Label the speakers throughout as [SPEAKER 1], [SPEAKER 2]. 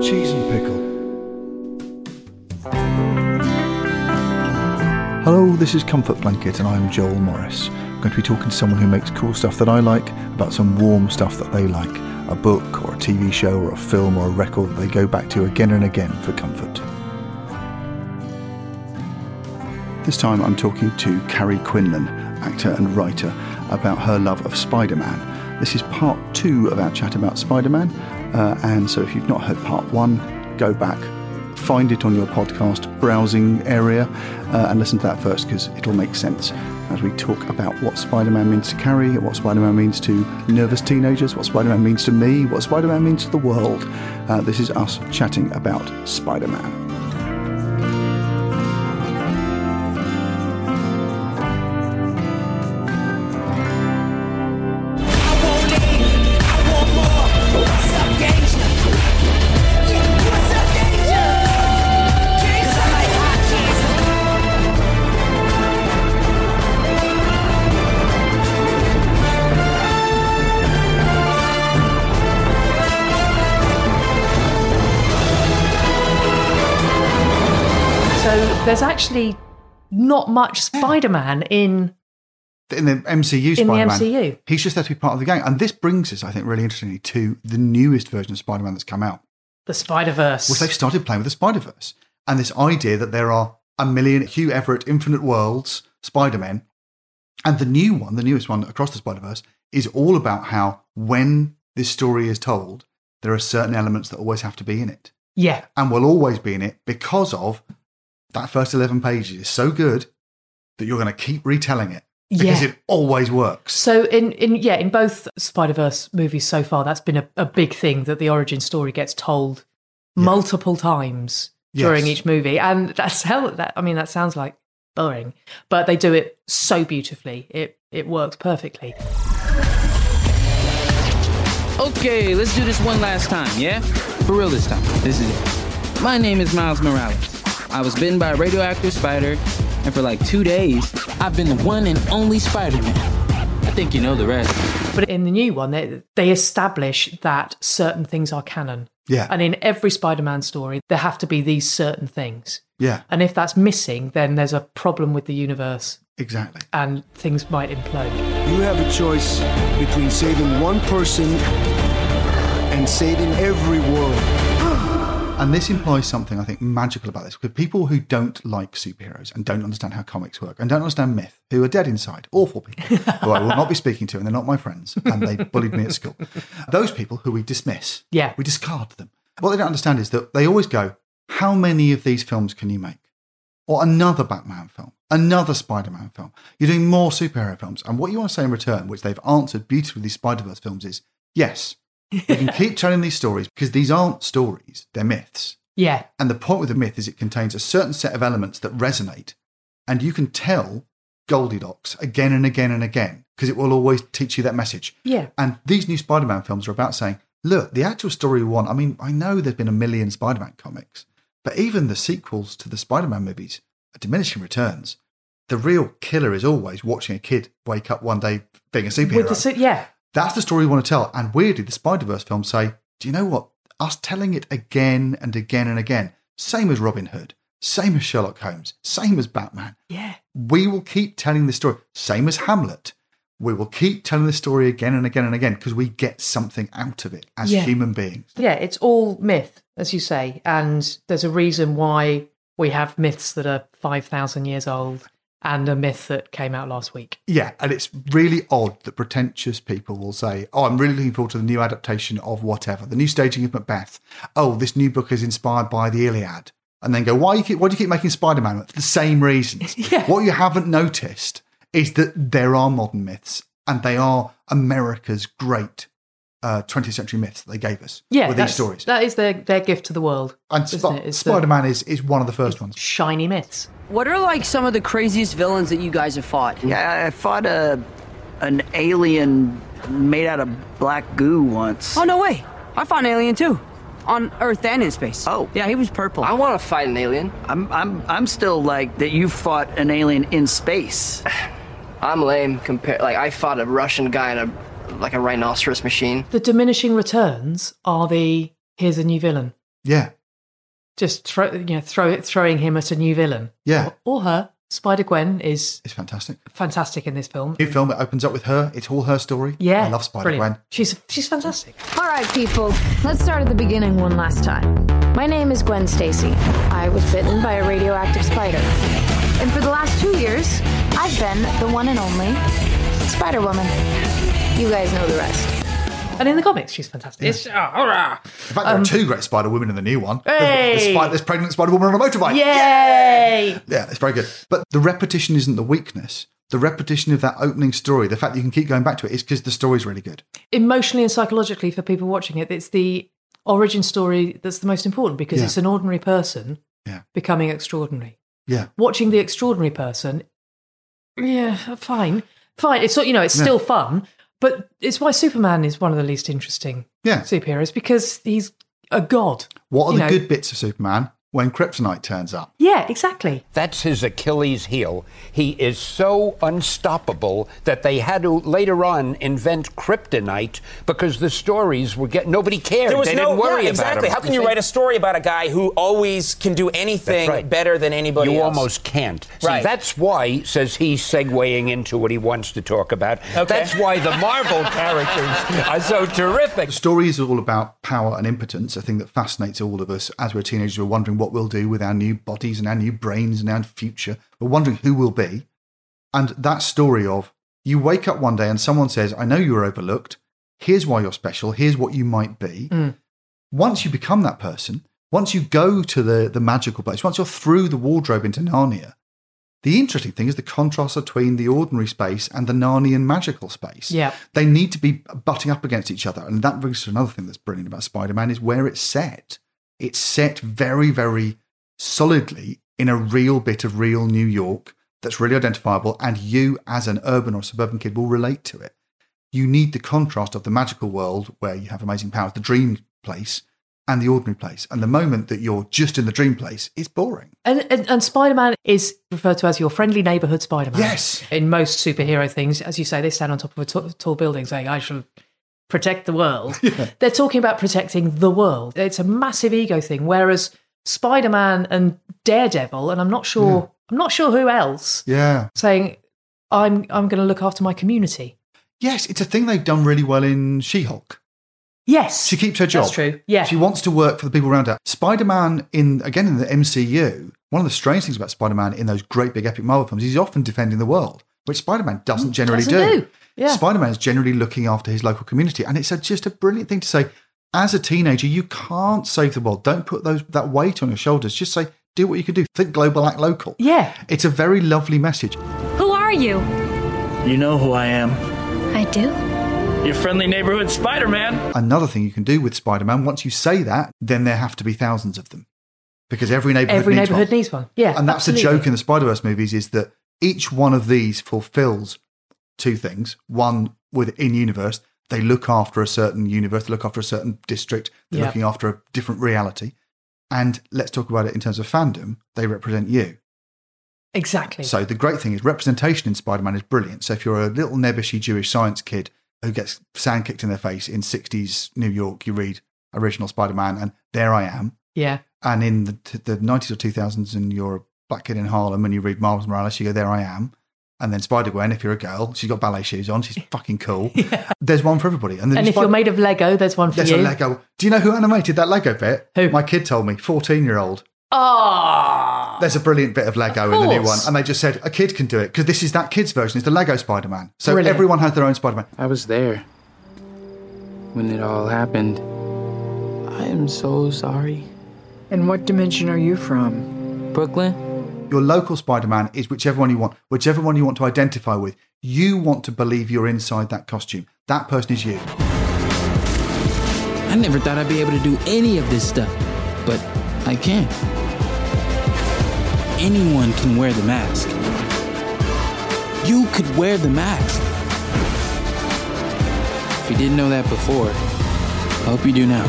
[SPEAKER 1] Cheese and pickle.
[SPEAKER 2] Hello, this is Comfort Blanket, and I'm Joel Morris. I'm going to be talking to someone who makes cool stuff that I like about some warm stuff that they like a book, or a TV show, or a film, or a record that they go back to again and again for comfort. This time I'm talking to Carrie Quinlan, actor and writer, about her love of Spider Man. This is part two of our chat about Spider Man, uh, and so if you've not heard part one, go back, find it on your podcast browsing area, uh, and listen to that first because it'll make sense as we talk about what Spider Man means to Carrie, what Spider Man means to nervous teenagers, what Spider Man means to me, what Spider Man means to the world. Uh, this is us chatting about Spider Man.
[SPEAKER 3] So there's actually not much Spider Man in.
[SPEAKER 2] in the MCU
[SPEAKER 3] In the
[SPEAKER 2] Spider-Man.
[SPEAKER 3] MCU.
[SPEAKER 2] He's just there to be part of the gang. And this brings us, I think, really interestingly to the newest version of Spider-Man that's come out,
[SPEAKER 3] The Spider
[SPEAKER 2] which they've
[SPEAKER 3] Verse.
[SPEAKER 2] started playing with the Spider-Verse. And this idea that there are a million Hugh Everett Infinite Worlds Spider-Men. And the new one, the newest one across the Spider-Verse, is all about how when this story is told, there are certain elements that always have to be in it
[SPEAKER 3] Yeah,
[SPEAKER 2] and will always be in it because of that first 11 pages is so good that you're going to keep retelling it because
[SPEAKER 3] Yeah.
[SPEAKER 2] it always works.
[SPEAKER 3] So in, in yeah, in both Spider Verse movies so far, that's been a, a big thing that the origin story gets told multiple times during
[SPEAKER 2] Yes.
[SPEAKER 3] each movie, and that's how that. I mean, that sounds like boring, but they do it so beautifully. It it works perfectly.
[SPEAKER 4] Okay, let's do this one last time, yeah? For real this time. This is it. My name is Miles Morales. I was bitten by a radioactive spider, and for like two days, I've been the one and only Spider Man. I think you know the rest.
[SPEAKER 3] But in the new one, they they establish that certain things are canon,
[SPEAKER 2] Yeah.
[SPEAKER 3] and in every Spider Man story, there have to be these certain things,
[SPEAKER 2] yeah.
[SPEAKER 3] and if that's missing, then there's a problem with the universe,
[SPEAKER 2] Exactly.
[SPEAKER 3] and things might implode.
[SPEAKER 1] You have a choice between saving one person and saving every world.
[SPEAKER 2] And this implies something I think magical about this because people who don't like superheroes and don't understand how comics work and don't understand myth, who are dead inside, awful people who I will not be speaking to and they're not my friends and they bullied me at school, those people who we dismiss,
[SPEAKER 3] Yeah.
[SPEAKER 2] we discard them. What they don't understand is that they always go, How many of these films can you make? Or another Batman film, another Spider Man film. You're doing more superhero films. And what you want to say in return, which they've answered beautifully, these Spider Verse films, is yes, we can keep telling these stories because these aren't stories, they're myths.
[SPEAKER 3] Yeah,
[SPEAKER 2] And the point with a myth is it contains a certain set of elements that resonate, and you can tell Goldilocks again and again and again because it will always teach you that message.
[SPEAKER 3] Yeah.
[SPEAKER 2] And these new Spider Man films are about saying, look, the actual story we want. I mean, I know there's been a million Spider Man comics, but even the sequels to the Spider Man movies are diminishing returns. The real killer is always watching a kid wake up one day being a superhero.
[SPEAKER 3] with the su- yeah,
[SPEAKER 2] That's the story we want to tell. And weirdly, the Spider Verse films say, do you know what? Us telling it again and again and again, same as Robin Hood, same as Sherlock Holmes, same as Batman.
[SPEAKER 3] yeah.
[SPEAKER 2] We will keep telling the story, same as Hamlet.
[SPEAKER 5] we will keep telling this story again and again and again because we get something out of it as
[SPEAKER 3] Yeah.
[SPEAKER 5] human beings.
[SPEAKER 3] Yeah, it's all myth, as you say, and there's a reason why we have myths that are five thousand years old and a myth that came out last week.
[SPEAKER 5] Yeah, and it's really odd that pretentious people will say, "Oh, I'm really looking forward to the new adaptation of whatever, the new staging of Macbeth." Oh, this new book is inspired by the Iliad, and then go, "Why you keep, why do you keep making Spider-Man?" It's the same reasons.
[SPEAKER 3] Yeah.
[SPEAKER 5] What you haven't noticed is that there are modern myths, and they are America's great uh, 20th century myths that they gave us
[SPEAKER 3] Yeah,
[SPEAKER 5] with these
[SPEAKER 3] that's-
[SPEAKER 5] stories.
[SPEAKER 3] That is their their gift to the world.
[SPEAKER 5] and
[SPEAKER 3] isn't
[SPEAKER 5] Sp-
[SPEAKER 3] it? It's the
[SPEAKER 5] Spider-Man is is one of the first ones.
[SPEAKER 3] shiny myths.
[SPEAKER 6] What are like some of the craziest villains that you guys have fought?
[SPEAKER 7] Yeah, I fought a an alien made out of black goo once.
[SPEAKER 6] Oh no way! I fought an alien too, on Earth and in space.
[SPEAKER 7] Oh.
[SPEAKER 6] yeah, he was purple.
[SPEAKER 8] I want to fight an alien.
[SPEAKER 7] I'm I'm I'm still like that. You fought an alien in space.
[SPEAKER 8] I'm lame compared. Like I fought a Russian guy in a like a rhinoceros machine.
[SPEAKER 3] The diminishing returns are the here's a new villain.
[SPEAKER 5] Yeah,
[SPEAKER 3] Just throw you know throw it throwing him at a new villain.
[SPEAKER 5] yeah,
[SPEAKER 3] Or her. Spider Gwen is
[SPEAKER 5] it's fantastic.
[SPEAKER 3] fantastic in this film.
[SPEAKER 5] New film. It opens up with her. It's all her story.
[SPEAKER 3] Yeah,
[SPEAKER 5] I love Spider
[SPEAKER 3] brilliant.
[SPEAKER 5] Gwen.
[SPEAKER 3] She's she's fantastic.
[SPEAKER 9] All right, people, let's start at the beginning one last time. My name is Gwen Stacy. I was bitten by a radioactive spider. And for the last two years, I've been the one and only Spider Woman. You guys know the rest.
[SPEAKER 3] And in the comics, she's fantastic. It's, ah, hurrah.
[SPEAKER 5] In fact, there are two great Spider Women in the new one. There's-
[SPEAKER 3] Um, Hey!
[SPEAKER 5] There's, Spider- there's pregnant Spider Woman on a motorbike.
[SPEAKER 3] Yay!
[SPEAKER 5] Yeah, it's very good. But the repetition isn't the weakness. The repetition of that opening story, the fact that you can keep going back to it, is because the story's really good.
[SPEAKER 3] Emotionally and psychologically for people watching it, it's the origin story that's the most important because
[SPEAKER 5] Yeah.
[SPEAKER 3] it's an ordinary person
[SPEAKER 5] Yeah.
[SPEAKER 3] becoming extraordinary.
[SPEAKER 5] Yeah.
[SPEAKER 3] Watching the extraordinary person, yeah, fine, fine. It's not- you know, it's still fun, but it's why Superman is one of the least interesting
[SPEAKER 5] Yeah.
[SPEAKER 3] superheroes because he's a god.
[SPEAKER 5] What are
[SPEAKER 3] You
[SPEAKER 5] the
[SPEAKER 3] know.
[SPEAKER 5] good bits of Superman when Kryptonite turns up?
[SPEAKER 3] Yeah, exactly.
[SPEAKER 2] That's his Achilles heel. He is so unstoppable that they had to later on invent kryptonite because the stories were getting nobody cared.
[SPEAKER 10] There was
[SPEAKER 2] they
[SPEAKER 10] no
[SPEAKER 2] didn't worry
[SPEAKER 10] yeah,
[SPEAKER 2] about
[SPEAKER 10] exactly.
[SPEAKER 2] him.
[SPEAKER 10] How can you write a story about a guy who always can do anything
[SPEAKER 2] right.
[SPEAKER 10] better than anybody
[SPEAKER 2] you
[SPEAKER 10] else?
[SPEAKER 2] almost can't. See,
[SPEAKER 10] Right.
[SPEAKER 2] that's why, says he, segueing into what he wants to talk about. That's why the Marvel characters are so terrific.
[SPEAKER 5] The story is all about power and impotence, a thing that fascinates all of us as we're teenagers. We're wondering what we'll do with our new bodies and our new brains and our future. We're wondering who we'll be. And that story of you wake up one day and someone says, I know you were overlooked. Here's why you're special. Here's what you might be. Once you become that person, once you go to the, the magical place, once you're through the wardrobe into Narnia, the interesting thing is the contrast between the ordinary space and the Narnian magical space.
[SPEAKER 3] Yeah.
[SPEAKER 5] They need to be butting up against each other. And that brings us to another thing that's brilliant about Spider Man is where it's set. It's set very, very solidly in a real bit of real New York that's really identifiable. And you, as an urban or suburban kid, will relate to it. You need the contrast of the magical world where you have amazing powers, the dream place, and the ordinary place. And the moment that you're just in the dream place, it's boring.
[SPEAKER 3] And, and, and Spider Man is referred to as your friendly neighborhood Spider Man.
[SPEAKER 5] Yes.
[SPEAKER 3] In most superhero things, as you say, they stand on top of a t- tall building saying, I shall protect the world. They're talking about protecting the world. It's a massive ego thing. Whereas Spider Man and Daredevil, and I'm not sure, I'm not sure who else,
[SPEAKER 5] Yeah.
[SPEAKER 3] saying, I'm, I'm going to look after my community.
[SPEAKER 5] Yes, it's a thing they've done really well in She Hulk.
[SPEAKER 3] Yes.
[SPEAKER 5] She keeps her job.
[SPEAKER 3] That's true. Yeah.
[SPEAKER 5] She wants to work for the people around her. Spider Man, in again, in the MCU, one of the strange things about Spider Man in those great big epic Marvel films, he's often defending the world, which Spider Man doesn't generally
[SPEAKER 3] Mm, Doesn't
[SPEAKER 5] do.
[SPEAKER 3] do. Yeah.
[SPEAKER 5] Spider Man is generally looking after his local community. And it's a, just a brilliant thing to say. As a teenager, you can't save the world. Don't put those that weight on your shoulders. Just say, do what you can do. Think global, act local.
[SPEAKER 3] Yeah.
[SPEAKER 5] It's a very lovely message.
[SPEAKER 9] Who are you?
[SPEAKER 7] You know who I am.
[SPEAKER 9] I do.
[SPEAKER 11] Your friendly neighborhood Spider Man.
[SPEAKER 5] Another thing you can do with Spider Man, once you say that, then there have to be thousands of them. Because every neighborhood
[SPEAKER 3] Every
[SPEAKER 5] needs
[SPEAKER 3] neighborhood
[SPEAKER 5] one.
[SPEAKER 3] needs one. Yeah.
[SPEAKER 5] and that's the
[SPEAKER 3] absolutely.
[SPEAKER 5] joke in the Spider Verse movies is that each one of these fulfills two things. One within universe, they look after a certain universe, they look after a certain district, they're
[SPEAKER 3] Yeah.
[SPEAKER 5] looking after a different reality. And let's talk about it in terms of fandom, they represent you.
[SPEAKER 3] Exactly.
[SPEAKER 5] So the great thing is representation in Spider Man is brilliant. So if you're a little nebbishy Jewish science kid who gets sand kicked in their face in 60s New York, you read original Spider Man and there I am
[SPEAKER 3] yeah.
[SPEAKER 5] and in the, t- the 90s or 2000s and you're a black kid in harlem and you read miles morales you go there i am And then Spider Gwen, if you're a girl, she's got ballet shoes on. She's fucking cool. There's one for everybody. And, then
[SPEAKER 3] And if
[SPEAKER 5] Spid-
[SPEAKER 3] you're made of Lego, there's one for
[SPEAKER 5] there's
[SPEAKER 3] you.
[SPEAKER 5] a Lego. Do you know who animated that Lego bit? Who? My kid told me. Fourteen year old.
[SPEAKER 3] Oh,
[SPEAKER 5] There's a brilliant bit of Lego in the new one,
[SPEAKER 3] course.
[SPEAKER 5] and they just said a kid can do it because this is that kid's version. It's the Lego Spider Man. So
[SPEAKER 4] Brilliant.
[SPEAKER 5] everyone has their own Spider Man.
[SPEAKER 4] I was there when it all happened. I am so sorry.
[SPEAKER 12] And what dimension are you from?
[SPEAKER 4] Brooklyn.
[SPEAKER 5] Your local Spider Man is whichever one you want, whichever one you want to identify with. You want to believe you're inside that costume. That person is you.
[SPEAKER 4] I never thought I'd be able to do any of this stuff, but I can. Anyone can wear the mask. You could wear the mask. If you didn't know that before, I hope you do now.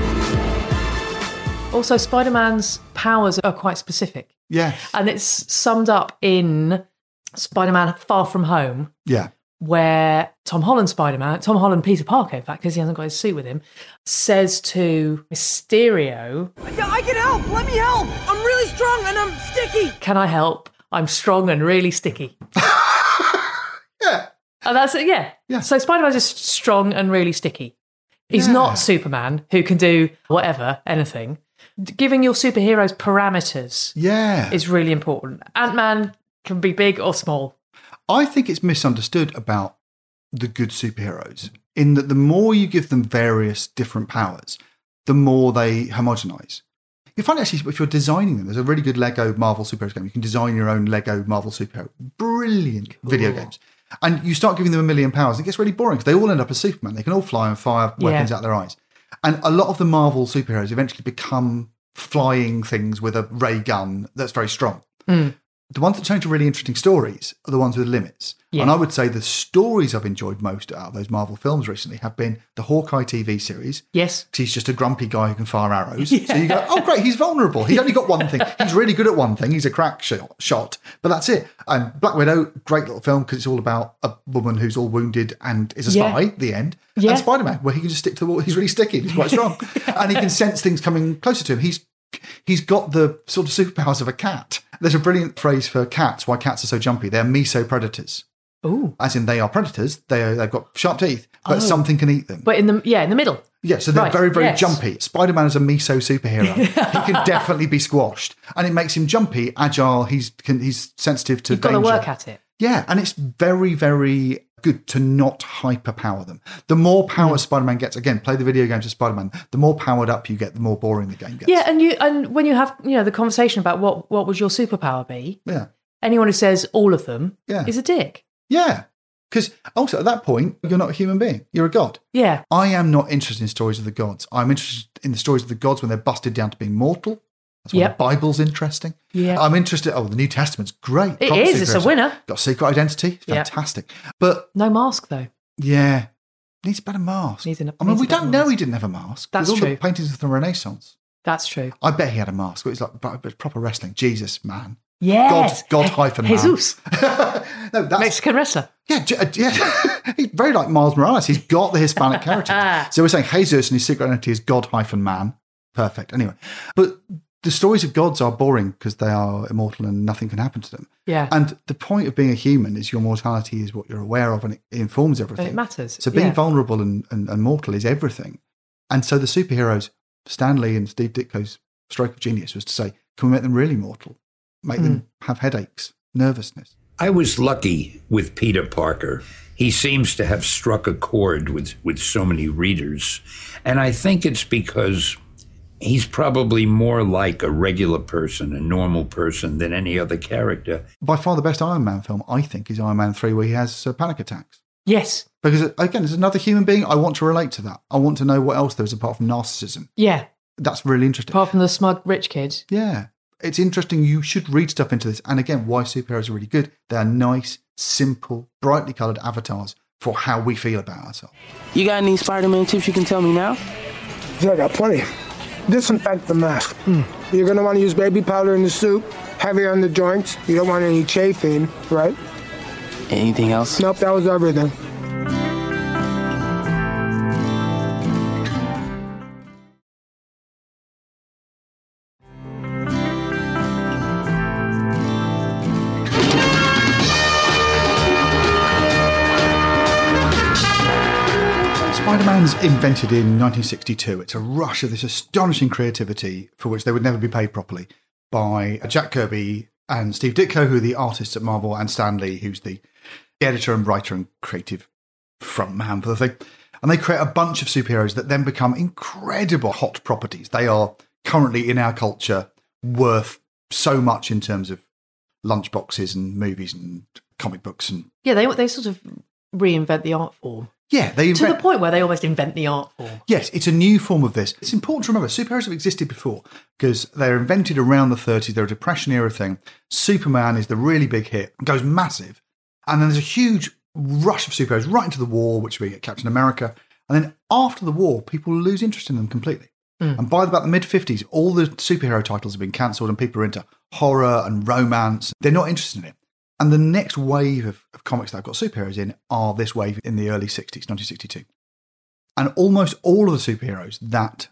[SPEAKER 3] Also, Spider Man's powers are quite specific.
[SPEAKER 5] Yeah.
[SPEAKER 3] And it's summed up in Spider Man Far From Home,
[SPEAKER 5] Yeah.
[SPEAKER 3] where Tom Holland Spider Man, Tom Holland Peter Parker, in fact, because he hasn't got his suit with him, says to Mysterio,
[SPEAKER 6] Yeah, I can help. Let me help. I'm really strong and I'm sticky.
[SPEAKER 3] Can I help? I'm strong and really sticky. yeah. And Oh, that's it, yeah. Yeah. So Spider Man's just strong and really sticky. He's not Superman who can do whatever, anything. D- Giving your superheroes parameters
[SPEAKER 5] Yeah.
[SPEAKER 3] is really important. Ant Man can be big or small.
[SPEAKER 5] I think it's misunderstood about the good superheroes in that the more you give them various different powers, the more they homogenize. You find actually if you're designing them, there's a really good Lego Marvel superheroes game. You can design your own Lego Marvel superhero. Brilliant video games. And you start giving them a million powers, it gets really boring because they all end up as Superman. They can all fly and fire weapons
[SPEAKER 1] Yeah.
[SPEAKER 5] out their eyes. And a lot of the Marvel superheroes eventually become flying things with a ray gun that's very strong the ones that change to really interesting stories are the ones with limits.
[SPEAKER 1] Yeah.
[SPEAKER 5] And I would say the stories I've enjoyed most out of those Marvel films recently have been the Hawkeye TV series.
[SPEAKER 3] Yes.
[SPEAKER 5] He's just a grumpy guy who can fire arrows. So you go, oh, great, he's vulnerable. He's only got one thing. He's really good at one thing. He's a crack shot, shot but that's it. And Black Widow, great little film because it's all about a woman who's all wounded and is a
[SPEAKER 1] Yeah.
[SPEAKER 5] spy, the end.
[SPEAKER 1] Yeah.
[SPEAKER 5] And Spider Man, where he can just stick to the wall. He's really sticky. He's quite strong. and he can sense things coming closer to him. He's he's got the sort of superpowers of a cat. There's a brilliant phrase for cats, why cats are so jumpy. They're mesopredators.
[SPEAKER 3] Ooh.
[SPEAKER 5] As in they are predators, they are, they've got sharp teeth, but
[SPEAKER 3] Oh.
[SPEAKER 5] something can eat them.
[SPEAKER 3] But in the yeah, in the middle.
[SPEAKER 5] Yeah, so they're
[SPEAKER 3] Right,
[SPEAKER 5] very, very
[SPEAKER 3] yes.
[SPEAKER 5] jumpy. Spider Man is a meso superhero. he can definitely be squashed. And it makes him jumpy, agile, he's, can, he's sensitive to
[SPEAKER 3] You've got to
[SPEAKER 5] danger.
[SPEAKER 3] work at it.
[SPEAKER 5] Yeah, and it's very, very good to not hyperpower them. The more power
[SPEAKER 3] Mm.
[SPEAKER 5] Spider Man gets, again, play the video games of Spider Man, the more powered up you get, the more boring the game gets.
[SPEAKER 3] Yeah, and you and when you have you know the conversation about what what would your superpower be,
[SPEAKER 5] Yeah.
[SPEAKER 3] anyone who says all of them
[SPEAKER 5] Yeah.
[SPEAKER 3] is a dick.
[SPEAKER 5] Yeah. Because also at that point, you're not a human being, you're a god.
[SPEAKER 3] Yeah.
[SPEAKER 5] I am not interested in stories of the gods. I'm interested in the stories of the gods when they're busted down to being mortal. That's why
[SPEAKER 3] Yep.
[SPEAKER 5] the Bible's interesting.
[SPEAKER 3] Yeah.
[SPEAKER 5] I'm interested. Oh, the New Testament's great.
[SPEAKER 3] It
[SPEAKER 5] Prophecy
[SPEAKER 3] is, it's a
[SPEAKER 5] theories.
[SPEAKER 3] winner.
[SPEAKER 5] Got secret identity.
[SPEAKER 3] Yeah.
[SPEAKER 5] Fantastic. But
[SPEAKER 3] no mask though.
[SPEAKER 5] Yeah. Needs a better mask.
[SPEAKER 3] Needs an,
[SPEAKER 5] I mean,
[SPEAKER 3] needs
[SPEAKER 5] we
[SPEAKER 3] a better
[SPEAKER 5] don't
[SPEAKER 3] mask.
[SPEAKER 5] know he didn't have a mask.
[SPEAKER 3] That's
[SPEAKER 5] With all
[SPEAKER 3] true.
[SPEAKER 5] the paintings of the Renaissance.
[SPEAKER 3] That's true.
[SPEAKER 5] I bet he had a mask. It was like but- but proper wrestling. Jesus, man.
[SPEAKER 3] Yes.
[SPEAKER 5] God, God hyphen man.
[SPEAKER 3] Jesus.
[SPEAKER 5] no, that's,
[SPEAKER 3] Mexican wrestler.
[SPEAKER 5] Yeah, j- uh, yeah. he's very like Miles Morales. He's got the Hispanic heritage. So we're saying Jesus and his secret identity is God hyphen man. Perfect. Anyway, but the stories of gods are boring because they are immortal and nothing can happen to them.
[SPEAKER 3] Yeah.
[SPEAKER 5] And the point of being a human is your mortality is what you're aware of and it informs everything.
[SPEAKER 3] And it matters.
[SPEAKER 5] So being
[SPEAKER 3] yeah.
[SPEAKER 5] vulnerable and, and, and mortal is everything. And so the superheroes, Stan Lee and Steve Ditko's stroke of genius was to say, can we make them really mortal? Make them
[SPEAKER 3] Hmm.
[SPEAKER 5] have headaches, nervousness.
[SPEAKER 1] I was lucky with Peter Parker. He seems to have struck a chord with, with so many readers. And I think it's because he's probably more like a regular person, a normal person, than any other character.
[SPEAKER 5] By far the best Iron Man film, I think, is Iron Man 3, where he has uh, panic attacks.
[SPEAKER 3] Yes.
[SPEAKER 5] Because, uh, again, as another human being, I want to relate to that. I want to know what else there is apart from narcissism.
[SPEAKER 3] Yeah.
[SPEAKER 5] That's really interesting.
[SPEAKER 3] Apart from the smug rich kid.
[SPEAKER 5] Yeah. It's interesting. You should read stuff into this. And again, why superheroes are really good. They're nice, simple, brightly coloured avatars for how we feel about ourselves.
[SPEAKER 4] You got any Spider Man tips you can tell me now?
[SPEAKER 13] Yeah, I got plenty. Disinfect the mask. Hmm. You're gonna wanna use baby powder in the soup, heavy on the joints. You don't want any chafing, right?
[SPEAKER 4] Anything else?
[SPEAKER 13] Nope, that was everything.
[SPEAKER 5] Spider Man's invented in 1962. It's a rush of this astonishing creativity for which they would never be paid properly by Jack Kirby and Steve Ditko, who are the artists at Marvel, and Stan Lee, who's the editor and writer and creative front man for the thing. And they create a bunch of superheroes that then become incredible hot properties. They are currently in our culture worth so much in terms of lunchboxes and movies and comic books and
[SPEAKER 3] Yeah, they they sort of reinvent the art form.
[SPEAKER 5] yeah, they
[SPEAKER 3] to the
[SPEAKER 5] invent-
[SPEAKER 3] point where they almost invent the art form.
[SPEAKER 5] Yes, it's a new form of this. It's important to remember superheroes have existed before because they're invented around the 30s. They're a Depression era thing. Superman is the really big hit, goes massive. And then there's a huge rush of superheroes right into the war, which we get Captain America. And then after the war, people lose interest in them completely.
[SPEAKER 14] Mm.
[SPEAKER 5] And by about the mid 50s, all the superhero titles have been cancelled and people are into horror and romance. They're not interested in it. And the next wave of, of comics that I've got superheroes in are this wave in the early 60s, 1962. And almost all of the superheroes that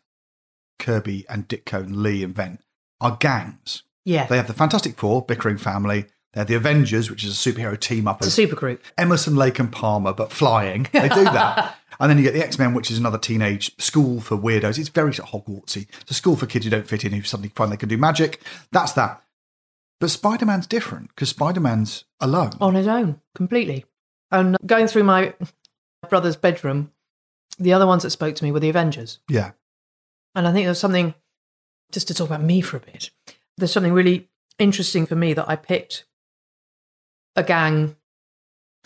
[SPEAKER 5] Kirby and Ditko and Lee invent are gangs.
[SPEAKER 3] Yeah.
[SPEAKER 5] They have the Fantastic Four, Bickering Family. They have the Avengers, which is a superhero team up.
[SPEAKER 3] It's a supergroup.
[SPEAKER 5] Emerson, Lake, and Palmer, but flying. They do that. and then you get the X Men, which is another teenage school for weirdos. It's very sort of Hogwartsy. It's a school for kids who don't fit in, who suddenly find they can do magic. That's that. But Spider Man's different because Spider Man's alone.
[SPEAKER 3] on his own completely. And going through my brother's bedroom, the other ones that spoke to me were the Avengers.
[SPEAKER 5] Yeah.
[SPEAKER 3] And I think there's something, just to talk about me for a bit, there's something really interesting for me that I picked a gang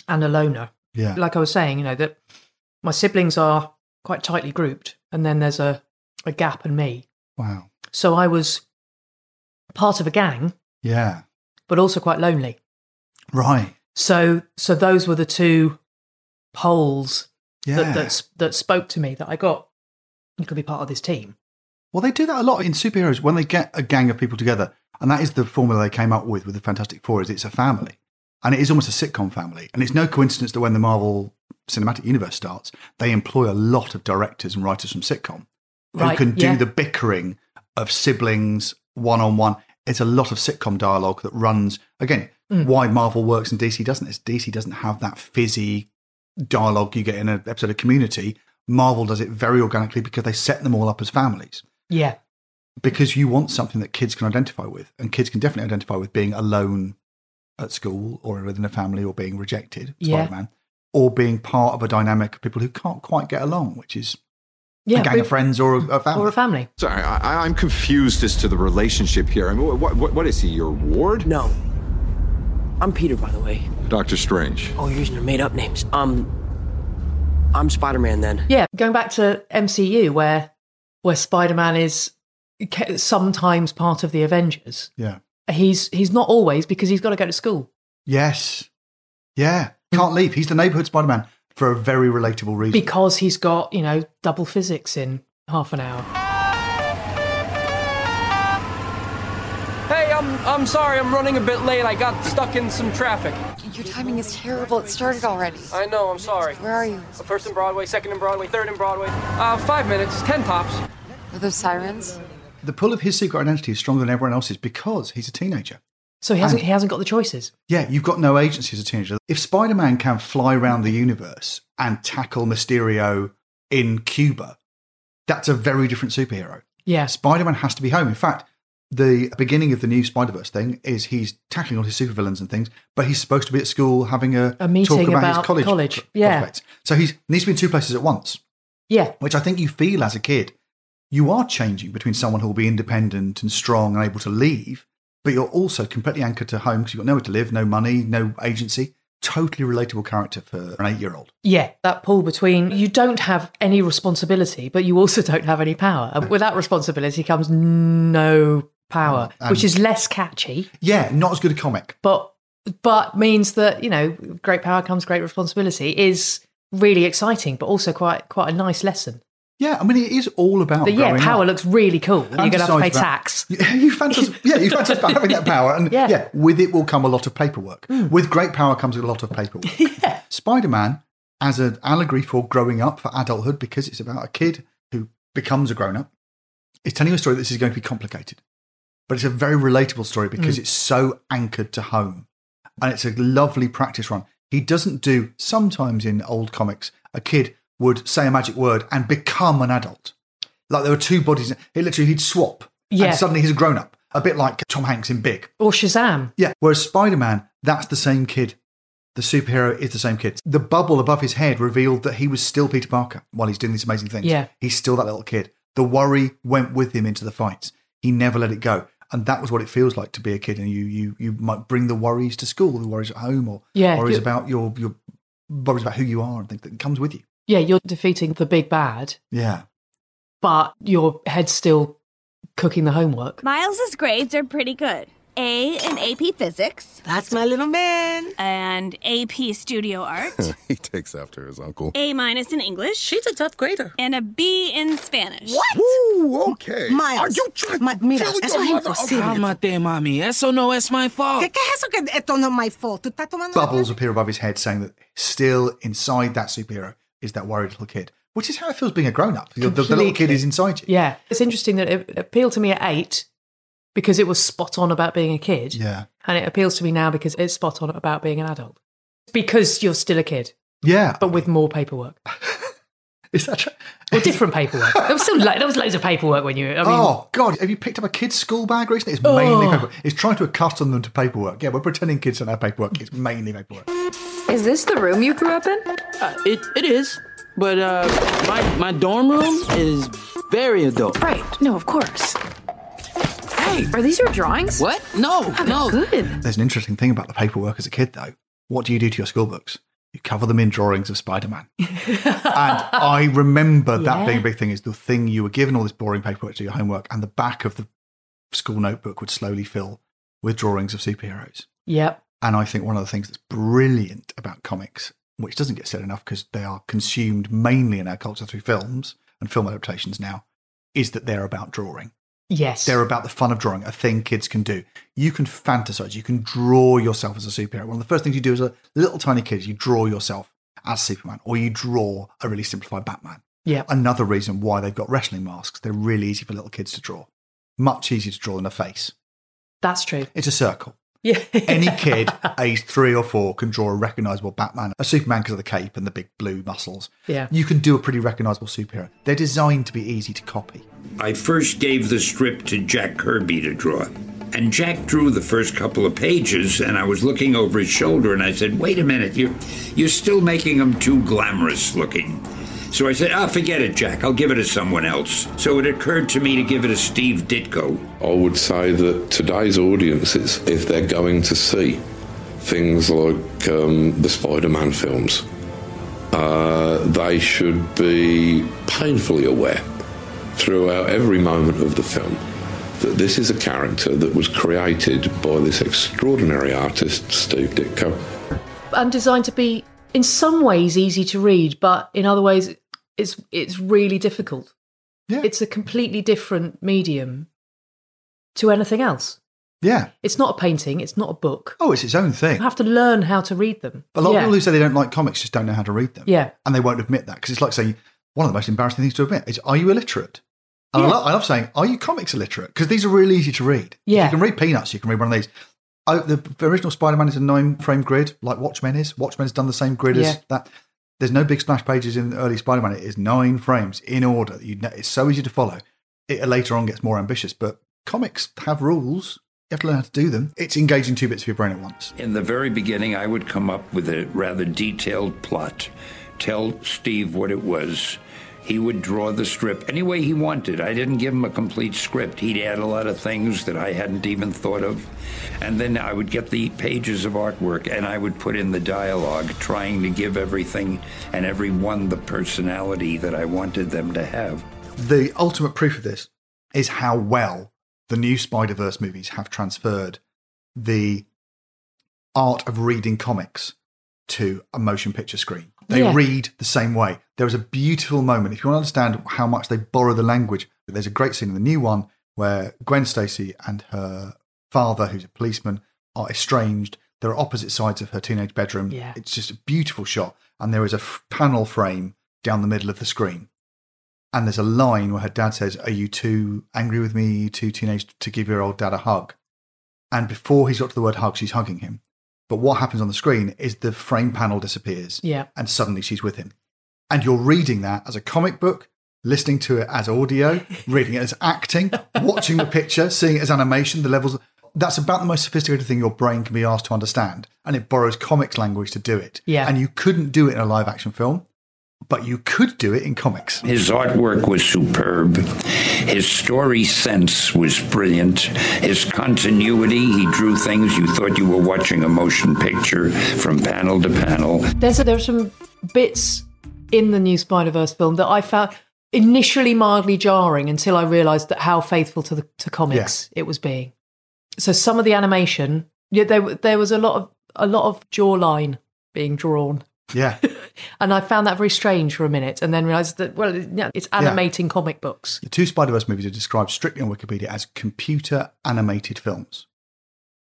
[SPEAKER 3] and a loner.
[SPEAKER 5] Yeah.
[SPEAKER 3] Like I was saying, you know, that my siblings are quite tightly grouped, and then there's a, a gap and me.
[SPEAKER 5] Wow.
[SPEAKER 3] So I was part of a gang,
[SPEAKER 5] Yeah.
[SPEAKER 3] but also quite lonely.
[SPEAKER 5] Right.
[SPEAKER 3] So so those were the two polls
[SPEAKER 5] Yeah.
[SPEAKER 3] that, that s- that spoke to me that I got. You could be part of this team.
[SPEAKER 5] Well, they do that a lot in superheroes when they get a gang of people together, and that is the formula they came up with with the Fantastic Four. Is it's a family, and it is almost a sitcom family. And it's no coincidence that when the Marvel Cinematic Universe starts, they employ a lot of directors and writers from sitcom who
[SPEAKER 3] Right,
[SPEAKER 5] can do
[SPEAKER 3] yeah.
[SPEAKER 5] the bickering of siblings one on one. It's a lot of sitcom dialogue that runs again.
[SPEAKER 3] Mm.
[SPEAKER 5] Why Marvel works and DC doesn't is DC doesn't have that fizzy dialogue you get in an episode of Community. Marvel does it very organically because they set them all up as families
[SPEAKER 3] Yeah.
[SPEAKER 5] because you want something that kids can identify with, and kids can definitely identify with being alone at school or within a family or being rejected,
[SPEAKER 3] Yeah.
[SPEAKER 5] Spider Man, or being part of a dynamic of people who can't quite get along, which is
[SPEAKER 3] Yeah,
[SPEAKER 5] a gang
[SPEAKER 3] we-
[SPEAKER 5] of friends or a, a family.
[SPEAKER 3] Or a family.
[SPEAKER 15] Sorry, I, I'm confused as to the relationship here. I mean, what, what, what is he, your ward? No.
[SPEAKER 16] I'm Peter, by the way.
[SPEAKER 15] Doctor Strange.
[SPEAKER 16] Oh, you're using your made up names. Um, I'm Spider Man then.
[SPEAKER 3] Yeah, going back to MCU where where Spider Man is ca- sometimes part of the Avengers.
[SPEAKER 5] Yeah.
[SPEAKER 3] He's he's not always because he's got to go to school.
[SPEAKER 5] Yes. Yeah. Can't leave. He's the neighborhood Spider Man for a very relatable reason.
[SPEAKER 3] Because he's got, you know, double physics in half an hour.
[SPEAKER 11] Hey, I'm I'm sorry. I'm running a bit late. I got stuck in some traffic.
[SPEAKER 17] Your timing is terrible. It started already.
[SPEAKER 11] I know. I'm sorry.
[SPEAKER 17] Where are you?
[SPEAKER 11] First in Broadway, second in Broadway, third in Broadway. Uh, five minutes, ten tops.
[SPEAKER 17] Are those sirens?
[SPEAKER 5] the pull of his secret identity is stronger than everyone else's because he's a teenager.
[SPEAKER 3] So he hasn't
[SPEAKER 5] And-
[SPEAKER 3] he hasn't got the choices.
[SPEAKER 5] Yeah, you've got no agency as a teenager. If Spider Man can fly around the universe and tackle Mysterio in Cuba, that's a very different superhero.
[SPEAKER 3] Yeah.
[SPEAKER 5] Spider Man has to be home. In fact, the beginning of the new Spider Verse thing is he's tackling all his supervillains and things, but he's supposed to be at school having a,
[SPEAKER 3] A meeting
[SPEAKER 5] talk about, his
[SPEAKER 3] about
[SPEAKER 5] college,
[SPEAKER 3] college.
[SPEAKER 5] pro-
[SPEAKER 3] Yeah.
[SPEAKER 5] prospects. So he needs to be in two places at once
[SPEAKER 3] Yeah.
[SPEAKER 5] which I think you feel as a kid. You are changing between someone who will be independent and strong and able to leave, but you're also completely anchored to home because you've got nowhere to live, no money, no agency. Totally relatable character for an eight year old.
[SPEAKER 3] Yeah, that pull between you don't have any responsibility, but you also don't have any power. And with that responsibility comes no power,
[SPEAKER 5] And-
[SPEAKER 3] which is less catchy,
[SPEAKER 5] Yeah, not as good a comic.
[SPEAKER 3] but but means that you know great power comes great responsibility is really exciting, but also quite quite a nice lesson.
[SPEAKER 5] Yeah, I mean, it is all about.
[SPEAKER 3] That yeah,
[SPEAKER 5] growing
[SPEAKER 3] power
[SPEAKER 5] up.
[SPEAKER 3] looks really cool. and You're going to have to
[SPEAKER 5] Fantasize
[SPEAKER 3] pay
[SPEAKER 5] about-
[SPEAKER 3] tax.
[SPEAKER 5] You, you fantasize, yeah, you fantasize about having that power, and yeah. with it will come a lot of paperwork.
[SPEAKER 3] Hmm.
[SPEAKER 5] With great power comes a lot of paperwork. yeah. Spider Man as an allegory for growing up for adulthood because it's about a kid who becomes a grown up. It's telling you a story that this is going to be complicated, but it's a very relatable story because
[SPEAKER 14] Mm.
[SPEAKER 5] it's so anchored to home, and it's a lovely practice run. He doesn't do sometimes in old comics a kid would say a magic word and become an adult. Like there were two bodies. He literally he'd swap.
[SPEAKER 3] Yeah.
[SPEAKER 5] And suddenly he's a grown up. A bit like Tom Hanks in Big.
[SPEAKER 3] Or Shazam.
[SPEAKER 5] Yeah. Whereas Spider Man, that's the same kid. The superhero is the same kid. The bubble above his head revealed that he was still Peter Parker while he's doing these amazing things.
[SPEAKER 3] Yeah.
[SPEAKER 5] He's still that little kid. The worry went with him into the fights. He never let it go. And that was what it feels like to be a kid. And you you you might bring the worries to school, the worries at home or
[SPEAKER 3] Yeah,
[SPEAKER 5] worries
[SPEAKER 3] you-
[SPEAKER 5] about your your worries about who you are and things that comes with you.
[SPEAKER 3] Yeah, you're defeating the big bad,
[SPEAKER 5] Yeah.
[SPEAKER 3] but your head's still cooking the homework.
[SPEAKER 14] Miles's grades are pretty good. A in AP Physics. That's my little man. And AP Studio Art.
[SPEAKER 18] he takes after his uncle.
[SPEAKER 14] A minus in English. She's a tough grader. And a B in Spanish. What?
[SPEAKER 18] Woo, okay.
[SPEAKER 14] Miles,
[SPEAKER 18] Are you trying
[SPEAKER 19] Ma-
[SPEAKER 18] to
[SPEAKER 19] mira,
[SPEAKER 18] kill
[SPEAKER 19] eso
[SPEAKER 18] your
[SPEAKER 19] es
[SPEAKER 18] mother?
[SPEAKER 19] imposible.
[SPEAKER 18] Okay.
[SPEAKER 4] Cálmate, mami. Eso no es my fault.
[SPEAKER 19] ¿Qué, ¿Qué es eso que esto no es my fault? Tú estás tomando.
[SPEAKER 5] Bubbles appear above his head saying that still inside that superhero is that worried little kid, which is how it feels being a grown up. The, the little kid
[SPEAKER 3] Completely.
[SPEAKER 5] is inside you.
[SPEAKER 3] Yeah. It's interesting that it appealed to me at eight because it was spot on about being a kid.
[SPEAKER 5] Yeah.
[SPEAKER 3] And it appeals to me now because it's spot on about being an adult. Because you're still a kid,
[SPEAKER 5] Yeah.
[SPEAKER 3] but with more paperwork.
[SPEAKER 5] Is that true?
[SPEAKER 3] Or different paperwork. There was still lo- there was loads of paperwork when you. I mean,
[SPEAKER 5] oh God! Have you picked up a kid's school bag recently? It's mainly
[SPEAKER 3] Oh.
[SPEAKER 5] paperwork. It's trying to accustom them to paperwork. Yeah, we're pretending kids don't have paperwork. It's mainly paperwork.
[SPEAKER 9] Is this the room you grew up in?
[SPEAKER 4] Uh, it, it is, but uh, my, my dorm room is very adult.
[SPEAKER 9] Right. No, of course. Hey, are these your drawings?
[SPEAKER 4] What? No, no.
[SPEAKER 9] Good.
[SPEAKER 5] There's an interesting thing about the paperwork as a kid, though. What do you do to your school books? You cover them in drawings of Spider-Man. and I remember that
[SPEAKER 3] Yeah.
[SPEAKER 5] being a big thing. Is the thing you were given all this boring paperwork to do your homework, and the back of the school notebook would slowly fill with drawings of superheroes.
[SPEAKER 3] Yep.
[SPEAKER 5] And I think one of the things that's brilliant about comics, which doesn't get said enough because they are consumed mainly in our culture through films and film adaptations now, is that they're about drawing.
[SPEAKER 3] Yes.
[SPEAKER 5] They're about the fun of drawing, a thing kids can do. You can fantasize, you can draw yourself as a superhero. One of the first things you do as a little tiny kid is you draw yourself as Superman or you draw a really simplified Batman.
[SPEAKER 3] Yeah.
[SPEAKER 5] Another reason why they've got wrestling masks, they're really easy for little kids to draw. Much easier to draw than a face.
[SPEAKER 3] That's true.
[SPEAKER 5] It's a circle.
[SPEAKER 3] Yeah.
[SPEAKER 5] Any kid aged three or four can draw a recognizable Batman, a Superman because of the cape and the big blue muscles.
[SPEAKER 3] Yeah.
[SPEAKER 5] You can do a pretty recognizable superhero. They're designed to be easy to copy.
[SPEAKER 1] I first gave the strip to Jack Kirby to draw. And Jack drew the first couple of pages, and I was looking over his shoulder, and I said, Wait a minute, you're, you're still making them too glamorous looking. So I said, Ah, forget it, Jack, I'll give it to someone else. So it occurred to me to give it to Steve Ditko.
[SPEAKER 20] I would say that today's audiences, if they're going to see things like um, the Spider Man films, uh, they should be painfully aware throughout every moment of the film um, that this is a character that was created by this extraordinary artist, Steve Ditko.
[SPEAKER 3] and designed to be in some ways easy to read, but in other ways it's it's really difficult.
[SPEAKER 5] Yeah.
[SPEAKER 3] It's a completely different medium to anything else.
[SPEAKER 5] Yeah.
[SPEAKER 3] It's not a painting, it's not a book.
[SPEAKER 5] Oh, it's its own
[SPEAKER 3] You
[SPEAKER 5] thing.
[SPEAKER 3] have to learn how to read them.
[SPEAKER 5] A lot
[SPEAKER 3] yeah.
[SPEAKER 5] of people who say they don't like comics just don't know how to read them.
[SPEAKER 3] Yeah.
[SPEAKER 5] And they won't admit that because it's like saying one of the most embarrassing things to admit is, Are you illiterate? And I,
[SPEAKER 3] Yeah.
[SPEAKER 5] love, I love saying, Are you comics illiterate? Because these are really easy to read.
[SPEAKER 3] Yeah.
[SPEAKER 5] You can read Peanuts, you can read one of these. Oh, the original Spider Man is a nine frame grid like Watchmen is. Watchmen's done the same grid
[SPEAKER 3] Yeah.
[SPEAKER 5] as that. There's no big splash pages in early Spider Man. It is nine frames in order. You know, it's so easy to follow. It later on gets more ambitious, but comics have rules. You have to learn how to do them. It's engaging two bits of your brain at once.
[SPEAKER 1] In the very beginning, I would come up with a rather detailed plot, tell Steve what it was. He would draw the strip any way he wanted. I didn't give him a complete script. He'd add a lot of things that I hadn't even thought of. And then I would get the pages of artwork and I would put in the dialogue, trying to give everything and everyone the personality that I wanted them to have.
[SPEAKER 5] the ultimate proof of this is how well the new Spider Verse movies have transferred the art of reading comics to a motion picture screen. They
[SPEAKER 21] Yeah.
[SPEAKER 5] read the same way. There is a beautiful moment. If you want to understand how much they borrow the language, there's a great scene in the new one where Gwen Stacy and her father, who's a policeman, are estranged. They're at opposite sides of her teenage bedroom.
[SPEAKER 3] Yeah.
[SPEAKER 5] It's just a beautiful shot. And there is a f- panel frame down the middle of the screen and there's a line where her dad says, "Are you too angry with me? You too teenage to give your old dad a hug?" And before he's got to the word hug, she's hugging him. But what happens on the screen is the frame panel disappears,
[SPEAKER 3] Yeah.
[SPEAKER 5] and suddenly she's with him. and you're reading that as a comic book, listening to it as audio, reading it as acting, watching the picture, seeing it as animation, the levels. That's about the most sophisticated thing your brain can be asked to understand. And it borrows comics language to do it.
[SPEAKER 3] Yeah.
[SPEAKER 5] And you couldn't do it in a live action film, but you could do it in comics.
[SPEAKER 1] His artwork was superb. His story sense was brilliant. His continuity, he drew things you thought you were watching a motion picture from panel to panel.
[SPEAKER 3] There's there are some bits in the new Spider Verse film that I found initially mildly jarring until I realised that how faithful to the to comics it was being. So some of the animation, yeah, there there was a lot of a lot of jawline being drawn,
[SPEAKER 5] Yeah.
[SPEAKER 3] and I found that very strange for a minute, and then realised that well, yeah, it's animating comic books.
[SPEAKER 5] The two Spider Verse movies are described strictly on Wikipedia as computer animated films.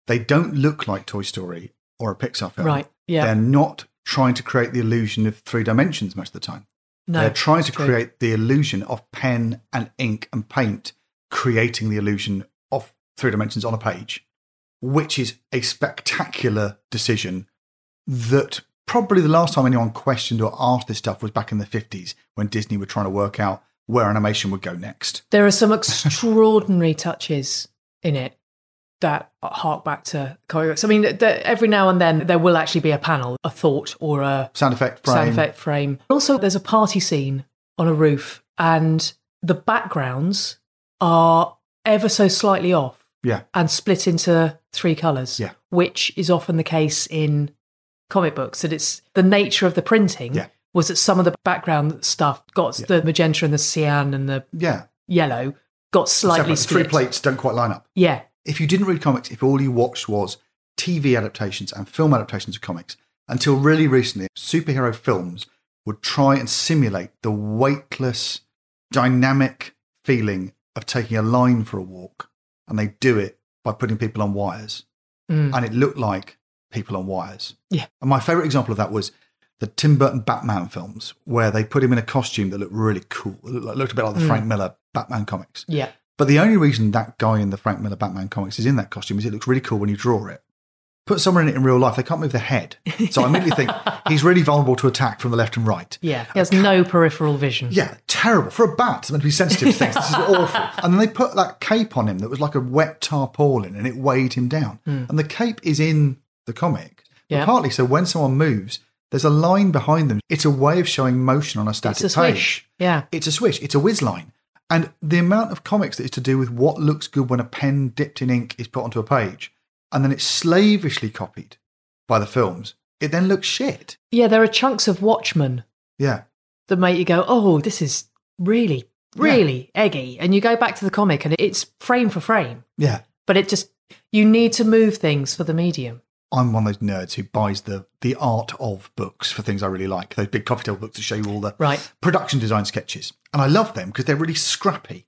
[SPEAKER 5] They don't look like Toy Story or a Pixar film.
[SPEAKER 3] Right, yeah.
[SPEAKER 5] They're not trying to create the illusion of three dimensions most of the time.
[SPEAKER 3] No,
[SPEAKER 5] They're trying to
[SPEAKER 3] true.
[SPEAKER 5] create the illusion of pen and ink and paint, creating the illusion of three dimensions on a page, which is a spectacular decision that probably the last time anyone questioned or asked this stuff was back in the 50s when Disney were trying to work out where animation would go next.
[SPEAKER 3] There are some extraordinary touches in it that hark back to choreographs. I mean, th- th- every now and then there will actually be a panel, a thought, or a
[SPEAKER 5] Sound effect frame.
[SPEAKER 3] sound effect frame. Also, there's a party scene on a roof, and the backgrounds are ever so slightly off
[SPEAKER 5] Yeah.
[SPEAKER 3] and split into three colours,
[SPEAKER 5] Yeah.
[SPEAKER 3] which is often the case in comic books. That it's the nature of the printing
[SPEAKER 5] Yeah.
[SPEAKER 3] was that some of the background stuff got
[SPEAKER 5] Yeah.
[SPEAKER 3] the magenta and the cyan and the
[SPEAKER 5] Yeah.
[SPEAKER 3] yellow got slightly
[SPEAKER 5] Separate. Three
[SPEAKER 3] split.
[SPEAKER 5] plates don't quite line up.
[SPEAKER 3] Yeah,
[SPEAKER 5] if you didn't read comics, if all you watched was TV adaptations and film adaptations of comics, until really recently, superhero films would try and simulate the weightless, dynamic feeling of taking a line for a walk. And they do it by putting people on wires.
[SPEAKER 3] Mm.
[SPEAKER 5] And it looked like people on wires.
[SPEAKER 3] Yeah.
[SPEAKER 5] And my favorite example of that was the Tim Burton Batman films, where they put him in a costume that looked really cool. It looked looked a bit like the
[SPEAKER 3] Mm.
[SPEAKER 5] Frank Miller Batman comics.
[SPEAKER 3] yeah.
[SPEAKER 5] But the only reason that guy in the Frank Miller Batman comics is in that costume is it looks really cool when you draw it. Put someone in it in real life, they can't move their head. So I immediately think he's really vulnerable to attack from the left and right.
[SPEAKER 3] Yeah, he has no peripheral vision.
[SPEAKER 5] Yeah, terrible. For a bat, it's meant to be sensitive to things. This is awful. And then they put that cape on him that was like a wet tarpaulin and it weighed him down.
[SPEAKER 3] Hmm.
[SPEAKER 5] And the cape is in the comic. but
[SPEAKER 3] Yeah.
[SPEAKER 5] Partly so when someone moves, there's a line behind them. It's a way of showing motion on a static
[SPEAKER 3] It's a
[SPEAKER 5] page.
[SPEAKER 3] swish. Yeah.
[SPEAKER 5] It's a swish. It's a whiz line. And the amount of comics that is to do with what looks good when a pen dipped in ink is put onto a page, and then it's slavishly copied by the films, it then looks shit.
[SPEAKER 3] Yeah, there are chunks of Watchmen
[SPEAKER 5] Yeah.
[SPEAKER 3] that make you go, oh, this is really, really eggy. And you go back to the comic and it's frame for frame,
[SPEAKER 5] Yeah.
[SPEAKER 3] but it just, you need to move things for the medium.
[SPEAKER 5] I'm one of those nerds who buys the the art of books for things I really like. Those big coffee table books that show you all the
[SPEAKER 3] Right.
[SPEAKER 5] production design sketches. And I love them because they're really scrappy.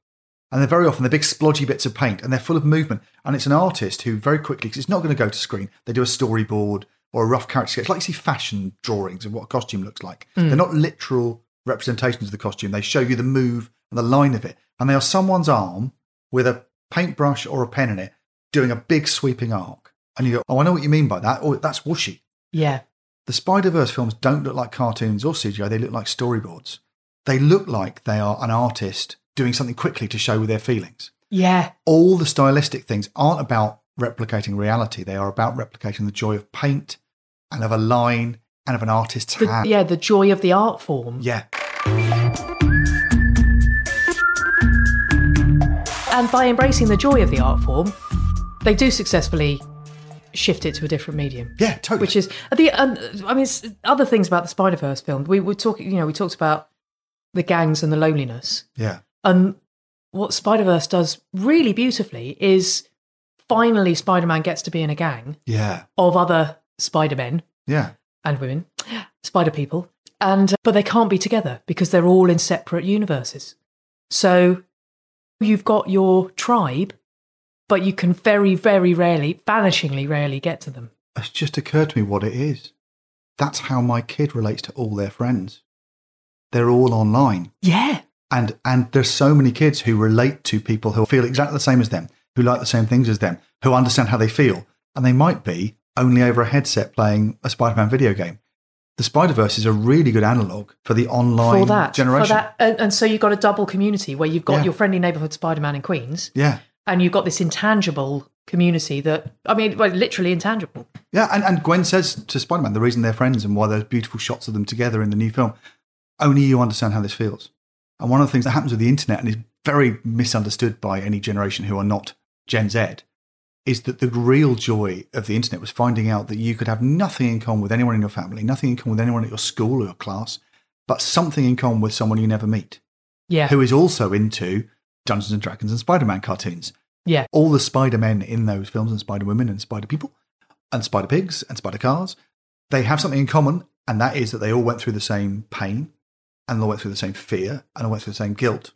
[SPEAKER 5] And they're very often they're big splodgy bits of paint and they're full of movement. And it's an artist who very quickly, because it's not going to go to screen, they do a storyboard or a rough character sketch, like you see fashion drawings of what a costume looks like.
[SPEAKER 3] Mm.
[SPEAKER 5] They're not literal representations of the costume. They show you the move and the line of it. And they are someone's arm with a paintbrush or a pen in it doing a big sweeping arc. And you go, oh, I know what you mean by that. Oh, that's whooshy.
[SPEAKER 3] Yeah.
[SPEAKER 5] The Spider Verse films don't look like cartoons or CGI, they look like storyboards. They look like they are an artist doing something quickly to show their feelings.
[SPEAKER 3] Yeah.
[SPEAKER 5] All the stylistic things aren't about replicating reality, they are about replicating the joy of paint and of a line and of an artist's
[SPEAKER 3] The-
[SPEAKER 5] hand.
[SPEAKER 3] yeah, the joy of the art form.
[SPEAKER 5] Yeah.
[SPEAKER 3] And by embracing the joy of the art form, they do successfully shift it to a different medium.
[SPEAKER 5] Yeah, totally.
[SPEAKER 3] Which is the um, I mean, s- other things about the Spider Verse film. We were talking, you know, we talked about the gangs and the loneliness.
[SPEAKER 5] Yeah.
[SPEAKER 3] And what Spider Verse does really beautifully is finally Spider Man gets to be in a gang
[SPEAKER 5] Yeah.
[SPEAKER 3] of other Spider Men
[SPEAKER 5] Yeah.
[SPEAKER 3] and women, Spider People, and but they can't be together because they're all in separate universes. So you've got your tribe, but you can very, very rarely, vanishingly rarely get to them.
[SPEAKER 5] It's just occurred to me what it is. That's how my kid relates to all their friends. They're all online.
[SPEAKER 3] Yeah.
[SPEAKER 5] and and there's so many kids who relate to people who feel exactly the same as them who like the same things as them who understand how they feel and they might be only over a headset playing a spider-man video game the Spider Verse is a really good analog for the online
[SPEAKER 3] for that
[SPEAKER 5] generation.
[SPEAKER 3] For that, and, and so you've got a double community where you've got
[SPEAKER 5] Yeah.
[SPEAKER 3] your friendly neighborhood Spider-Man in Queens,
[SPEAKER 5] Yeah,
[SPEAKER 3] and you've got this intangible community that I mean, well, literally intangible.
[SPEAKER 5] yeah, and, and Gwen says to Spider Man the reason they're friends and why there's beautiful shots of them together in the new film. Only you understand how this feels. And one of the things that happens with the internet and is very misunderstood by any generation who are not Gen Z is that the real joy of the internet was finding out that you could have nothing in common with anyone in your family, nothing in common with anyone at your school or your class, but something in common with someone you never meet.
[SPEAKER 3] Yeah.
[SPEAKER 5] Who is also into Dungeons and Dragons and Spider Man cartoons.
[SPEAKER 3] Yeah.
[SPEAKER 5] All the Spider Men in those films and Spider Women and Spider People and Spider Pigs and Spider Cars, they have something in common, and that is that they all went through the same pain and they all went through the same fear and all went through the same guilt.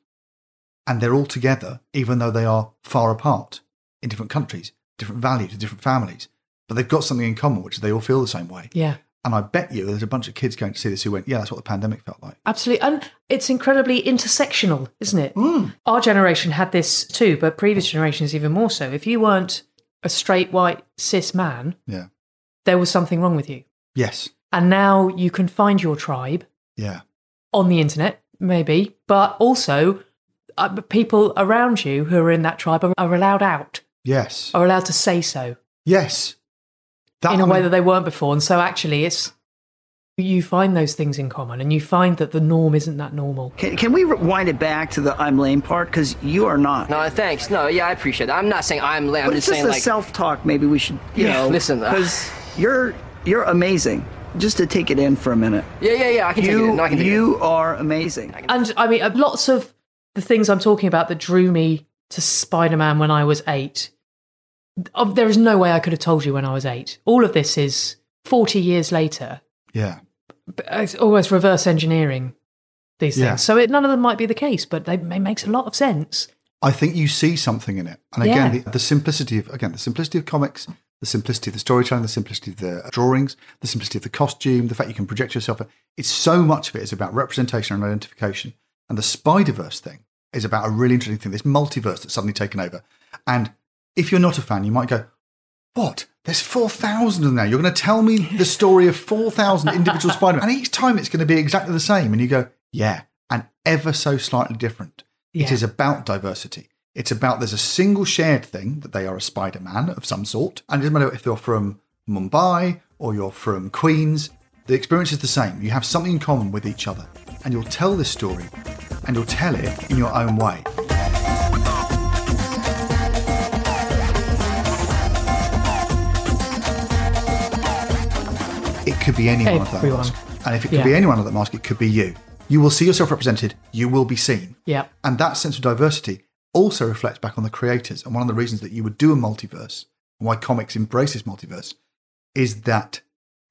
[SPEAKER 5] And they're all together, even though they are far apart in different countries, different values, different families. But they've got something in common, which is they all feel the same way.
[SPEAKER 3] Yeah.
[SPEAKER 5] And I bet you there's a bunch of kids going to see this who went, yeah, that's what the pandemic felt like.
[SPEAKER 3] Absolutely. And it's incredibly intersectional, isn't it?
[SPEAKER 5] Mm.
[SPEAKER 3] Our generation had this too, but previous generations even more so. If you weren't a straight white cis man,
[SPEAKER 5] Yeah.
[SPEAKER 3] there was something wrong with you.
[SPEAKER 5] Yes.
[SPEAKER 3] And now you can find your tribe
[SPEAKER 5] Yeah.
[SPEAKER 3] on the internet, maybe, but also uh, people around you who are in that tribe are, are allowed out,
[SPEAKER 5] Yes.
[SPEAKER 3] are allowed to say so
[SPEAKER 5] Yes.
[SPEAKER 3] in a
[SPEAKER 5] I
[SPEAKER 3] way
[SPEAKER 5] mean-
[SPEAKER 3] that they weren't before. And so actually, it's you find those things in common and you find that the norm isn't that normal.
[SPEAKER 7] Can, can we wind it back to the I'm lame part? Because you are not.
[SPEAKER 8] No, thanks. No, yeah, I appreciate that. I'm not saying I'm lame.
[SPEAKER 7] but
[SPEAKER 8] I'm
[SPEAKER 7] it's
[SPEAKER 8] just
[SPEAKER 7] just
[SPEAKER 8] saying
[SPEAKER 7] the
[SPEAKER 8] like
[SPEAKER 7] self-talk. Maybe we should, you
[SPEAKER 8] Yeah,
[SPEAKER 7] know,
[SPEAKER 8] listen, uh,
[SPEAKER 7] because you're you're amazing. Just to take it in for a minute.
[SPEAKER 8] Yeah, yeah, yeah. I can take it.
[SPEAKER 7] You
[SPEAKER 8] in. No, I can take it. in.
[SPEAKER 7] you are amazing.
[SPEAKER 3] And I mean, uh, lots of the things I'm talking about that drew me to Spider Man when I was eight, uh, there is no way I could have told you when I was eight. All of this is 40 years later.
[SPEAKER 5] Yeah.
[SPEAKER 3] But It's almost reverse engineering these things.
[SPEAKER 5] Yeah.
[SPEAKER 3] So it, none of them might be the case, but they, it makes a lot of sense.
[SPEAKER 5] I think you see something in it. And again,
[SPEAKER 3] Yeah.
[SPEAKER 5] the, the simplicity of again the simplicity of comics, the simplicity of the storytelling, the simplicity of the drawings, the simplicity of the costume, the fact you can project yourself. It's so much of it is about representation and identification. And the Spider Verse thing is about a really interesting thing. This multiverse that's suddenly taken over. And if you're not a fan, you might go, "What? There's four thousand of them now. You're going to tell me the story of four thousand individual Spider Man, and each time it's going to be exactly the same." And you go, "Yeah," and ever so slightly different. It
[SPEAKER 22] Yeah.
[SPEAKER 5] is about diversity. It's about there's a single shared thing that they are a Spider Man of some sort. And it doesn't matter if you're from Mumbai or you're from Queens, the experience is the same. You have something in common with each other. And you'll tell this story and you'll tell it in your own way. It could be anyone of that
[SPEAKER 3] Everyone.
[SPEAKER 5] mask. And if it could
[SPEAKER 3] Yeah.
[SPEAKER 5] be anyone of that mask, it could be you. You will see yourself represented, you will be seen.
[SPEAKER 3] Yeah.
[SPEAKER 5] And that sense of diversity also reflects back on the creators. And one of the reasons that you would do a multiverse and why comics embraces multiverse is that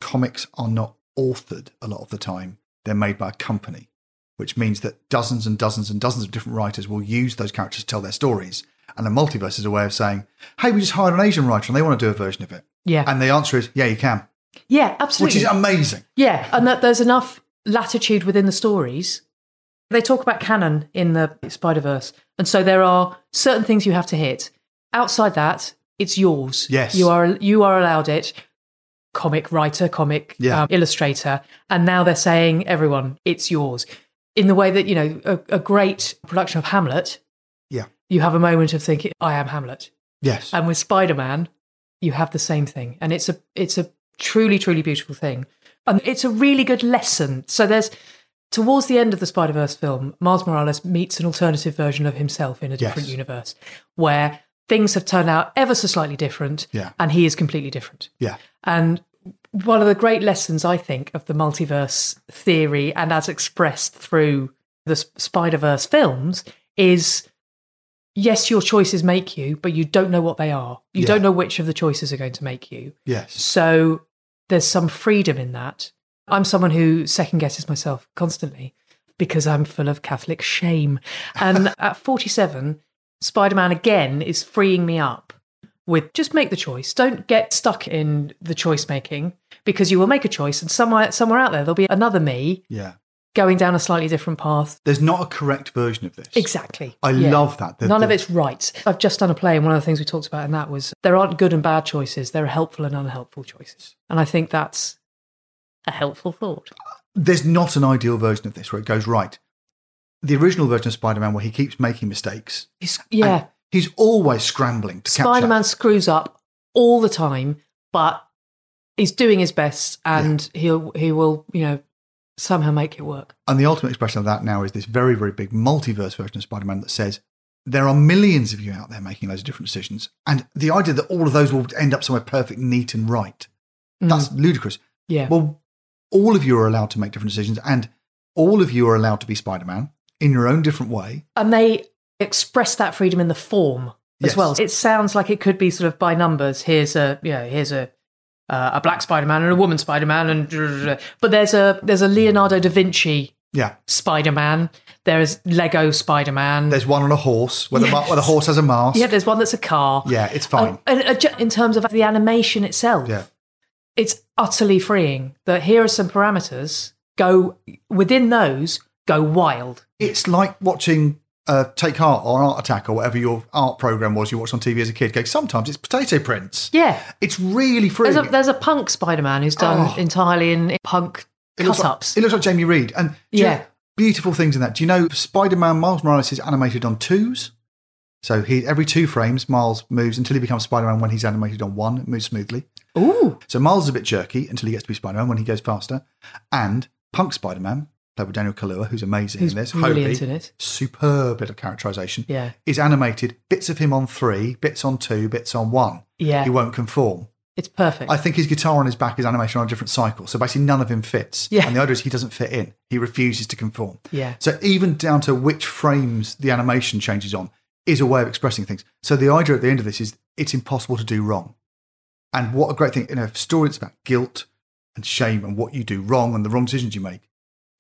[SPEAKER 5] comics are not authored a lot of the time. They're made by a company, which means that dozens and dozens and dozens of different writers will use those characters to tell their stories. And a multiverse is a way of saying, hey, we just hired an Asian writer and they want to do a version of it.
[SPEAKER 3] Yeah.
[SPEAKER 5] And the answer is, yeah, you can,
[SPEAKER 3] Yeah, absolutely.
[SPEAKER 5] which is amazing.
[SPEAKER 3] Yeah, and that there's enough latitude within the stories. They talk about canon in the Spider Verse, and so there are certain things you have to hit. Outside that, it's yours.
[SPEAKER 23] Yes.
[SPEAKER 3] you are you are allowed it. Comic writer, comic
[SPEAKER 23] Yeah.
[SPEAKER 3] um, illustrator, and now they're saying everyone, it's yours. In the way that you know, a, a great production of Hamlet,
[SPEAKER 5] Yeah.
[SPEAKER 3] you have a moment of thinking, "I am Hamlet."
[SPEAKER 5] Yes.
[SPEAKER 3] And with Spider Man, you have the same thing, and it's a it's a truly truly beautiful thing, and it's a really good lesson. So there's towards the end of the Spider Verse film, Miles Morales meets an alternative version of himself in a different
[SPEAKER 23] Yes.
[SPEAKER 3] universe where things have turned out ever so slightly different,
[SPEAKER 23] Yeah.
[SPEAKER 3] and he is completely different.
[SPEAKER 5] Yeah.
[SPEAKER 3] And one of the great lessons, I think, of the multiverse theory and as expressed through the Spider Verse films is yes, your choices make you, but you don't know what they are. You
[SPEAKER 23] Yeah.
[SPEAKER 3] don't know which of the choices are going to make you.
[SPEAKER 5] Yes.
[SPEAKER 3] So there's some freedom in that. I'm someone who second guesses myself constantly because I'm full of Catholic shame. And at 47, Spider Man again is freeing me up with just make the choice. Don't get stuck in the choice making because you will make a choice and somewhere somewhere out there there'll be another me
[SPEAKER 5] Yeah.
[SPEAKER 3] going down a slightly different path.
[SPEAKER 5] There's not a correct version of this.
[SPEAKER 3] Exactly.
[SPEAKER 5] I love that. The-
[SPEAKER 3] None of
[SPEAKER 5] the-
[SPEAKER 3] it's right. I've just done a play, and one of the things we talked about in that was there aren't good and bad choices. There are helpful and unhelpful choices. And I think that's a helpful thought.
[SPEAKER 5] there's not an ideal version of this where it goes right. The original version of Spider-Man, where he keeps making mistakes,
[SPEAKER 3] Yeah.
[SPEAKER 5] he's always scrambling to catch
[SPEAKER 3] Spider Man screws up all the time, but he's doing his best and he'll he will, you know, somehow make it work.
[SPEAKER 5] And the ultimate expression of that now is this very, very big multiverse version of Spider Man that says there are millions of you out there making loads of different decisions. And the idea that all of those will end up somewhere perfect, neat, and right
[SPEAKER 3] Mm.
[SPEAKER 5] that's ludicrous.
[SPEAKER 3] Yeah.
[SPEAKER 5] Well, all of you are allowed to make different decisions, and all of you are allowed to be Spider Man in your own different way.
[SPEAKER 3] And they express that freedom in the form as
[SPEAKER 5] Yes.
[SPEAKER 3] well. It sounds like it could be sort of by numbers. Here's a yeah, here's a uh, a black Spider Man and a woman Spider Man and but there's a there's a Leonardo da Vinci
[SPEAKER 5] Yeah.
[SPEAKER 3] Spider Man. There is Lego Spider Man.
[SPEAKER 5] There's one on a horse where the, ma- where the horse has a mask.
[SPEAKER 3] Yeah, there's one that's a car.
[SPEAKER 5] Yeah, it's fine.
[SPEAKER 3] And, and, uh, ju- in terms of the animation itself,
[SPEAKER 5] Yeah.
[SPEAKER 3] it's utterly freeing that here are some parameters, go within those, go wild.
[SPEAKER 5] It's like watching uh, Take Heart or Art Attack or whatever your art program was you watched on TV as a kid. Go, sometimes it's potato prints.
[SPEAKER 3] Yeah.
[SPEAKER 5] It's really free.
[SPEAKER 3] There's a, there's a punk Spider Man who's done
[SPEAKER 5] Oh.
[SPEAKER 3] entirely in in punk
[SPEAKER 5] It looks
[SPEAKER 3] cut
[SPEAKER 5] like-
[SPEAKER 3] ups.
[SPEAKER 5] it looks like Jamie Reed. And do you
[SPEAKER 3] Yeah.
[SPEAKER 5] know- beautiful things in that. Do you know Spider Man Miles Morales is animated on twos? So he every two frames, Miles moves until he becomes Spider Man when he's animated on one, it moves smoothly.
[SPEAKER 3] Ooh.
[SPEAKER 5] So Miles is a bit jerky until he gets to be Spider Man when he goes faster. And Punk Spider Man, played with Daniel Kalua, who's amazing
[SPEAKER 3] Who's
[SPEAKER 5] in this.
[SPEAKER 3] brilliant
[SPEAKER 5] Hobie,
[SPEAKER 3] in it.
[SPEAKER 5] Superb bit of characterization.
[SPEAKER 3] Yeah.
[SPEAKER 5] Is animated, bits of him on three, bits on two, bits on one.
[SPEAKER 3] Yeah.
[SPEAKER 5] He won't conform.
[SPEAKER 3] It's perfect.
[SPEAKER 5] I think his guitar on his back is animation on a different cycle. So basically, none of him fits.
[SPEAKER 3] Yeah.
[SPEAKER 5] And the idea is he doesn't fit in. He refuses to conform.
[SPEAKER 3] Yeah.
[SPEAKER 5] So even down to which frames the animation changes on is a way of expressing things. So the idea at the end of this is it's impossible to do wrong. And what a great thing in a story that's about guilt and shame and what you do wrong and the wrong decisions you make.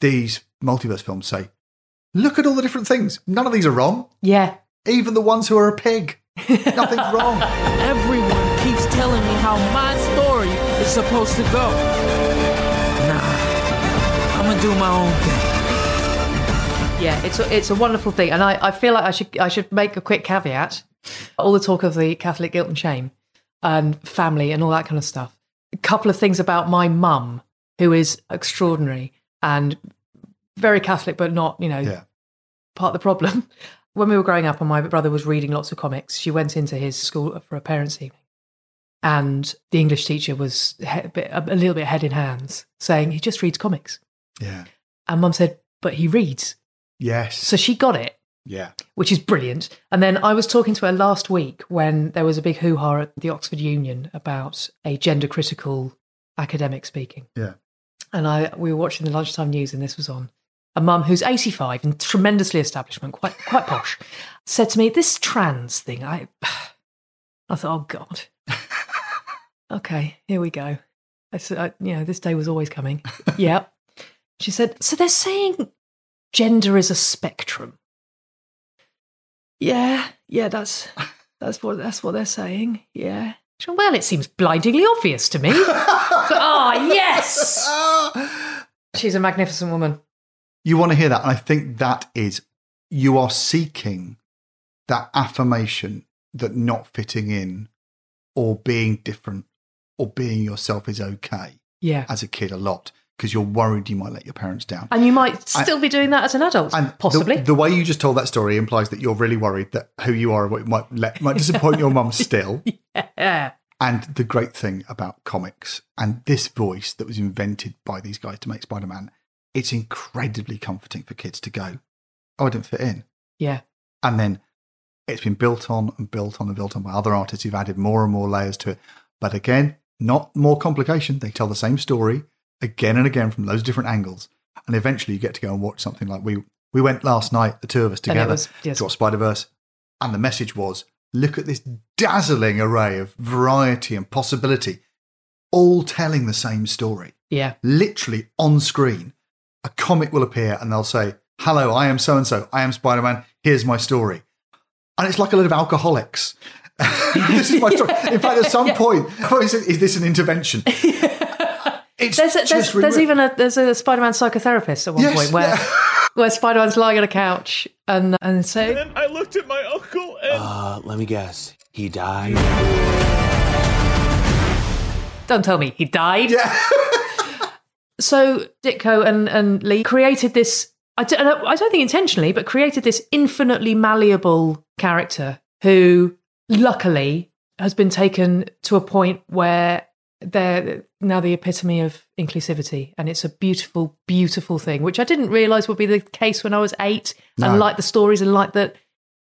[SPEAKER 5] These multiverse films say, look at all the different things. None of these are wrong.
[SPEAKER 3] Yeah.
[SPEAKER 5] Even the ones who are a pig. Nothing's wrong.
[SPEAKER 22] Everyone keeps telling me how my story is supposed to go. Nah, I'm gonna do my own thing.
[SPEAKER 3] Yeah, it's a, it's a wonderful thing, and I, I feel like I should I should make a quick caveat. All the talk of the Catholic guilt and shame, and family, and all that kind of stuff. A couple of things about my mum, who is extraordinary and very Catholic, but not you know
[SPEAKER 5] Yeah.
[SPEAKER 3] part of the problem. When we were growing up, and my brother was reading lots of comics, she went into his school for a parents' evening, and the English teacher was he- a, bit, a little bit head in hands, saying he just reads comics,
[SPEAKER 5] Yeah.
[SPEAKER 3] and mum said, but he reads.
[SPEAKER 5] Yes.
[SPEAKER 3] So she got it
[SPEAKER 5] Yeah.
[SPEAKER 3] which is brilliant. And then I was talking to her last week when there was a big hoo ha at the Oxford Union about a gender critical academic speaking.
[SPEAKER 5] Yeah.
[SPEAKER 3] And I we were watching the lunchtime news and this was on. A mum who's 85 and tremendously establishment, quite quite posh, said to me, This trans thing, I I thought, oh God. okay, here we go. I said, I, you know, this day was always coming. yep. She said, so they're saying gender is a spectrum. Yeah, yeah, that's that's what that's what they're saying. Yeah. She went, well, it seems blindingly obvious to me. oh yes. She's a magnificent woman.
[SPEAKER 5] You want to hear that. And I think that is, you are seeking that affirmation that not fitting in or being different or being yourself is okay
[SPEAKER 3] Yeah.
[SPEAKER 5] as a kid a lot because you're worried you might let your parents down.
[SPEAKER 3] And you might
[SPEAKER 5] I-
[SPEAKER 3] still be doing that as an adult,
[SPEAKER 5] And
[SPEAKER 3] possibly.
[SPEAKER 5] The, the way you just told that story implies that you're really worried that who you are and what you might, let, might disappoint your mum still.
[SPEAKER 3] yeah.
[SPEAKER 5] And the great thing about comics and this voice that was invented by these guys to make Spider Man, it's incredibly comforting for kids to go, oh, I didn't fit in.
[SPEAKER 3] Yeah.
[SPEAKER 5] And then it's been built on and built on and built on by other artists who've added more and more layers to it. But again, not more complication. They tell the same story again and again from those different angles. And eventually you get to go and watch something like we we went last night, the two of us
[SPEAKER 3] And it
[SPEAKER 5] together,
[SPEAKER 3] was- yes.
[SPEAKER 5] to watch Spider Verse. And the message was look at this dazzling array of variety and possibility, all telling the same story
[SPEAKER 3] Yeah.
[SPEAKER 5] literally on screen, a comic will appear and they'll say, Hello, I am so and so. I am Spider Man. Here's my story. And it's like a load of alcoholics. this is my story. In fact, at some point, I always said, is this an intervention? It's
[SPEAKER 3] there's a,
[SPEAKER 5] just
[SPEAKER 3] there's,
[SPEAKER 5] really
[SPEAKER 3] there's
[SPEAKER 5] weird.
[SPEAKER 3] even a there's a Spider-Man psychotherapist at one
[SPEAKER 5] Yes,
[SPEAKER 3] point where
[SPEAKER 5] yeah.
[SPEAKER 3] where Spider-Man's lying on a couch and and so
[SPEAKER 23] I looked at my uncle and.
[SPEAKER 16] Uh, let me guess. He died.
[SPEAKER 3] Don't tell me he died. So Ditko and, and Lee created this, I don't, I don't think intentionally, but created this infinitely malleable character who luckily has been taken to a point where they're now the epitome of inclusivity and it's a beautiful beautiful thing which i didn't realize would be the case when i was eight
[SPEAKER 5] No.
[SPEAKER 3] and like the stories and like that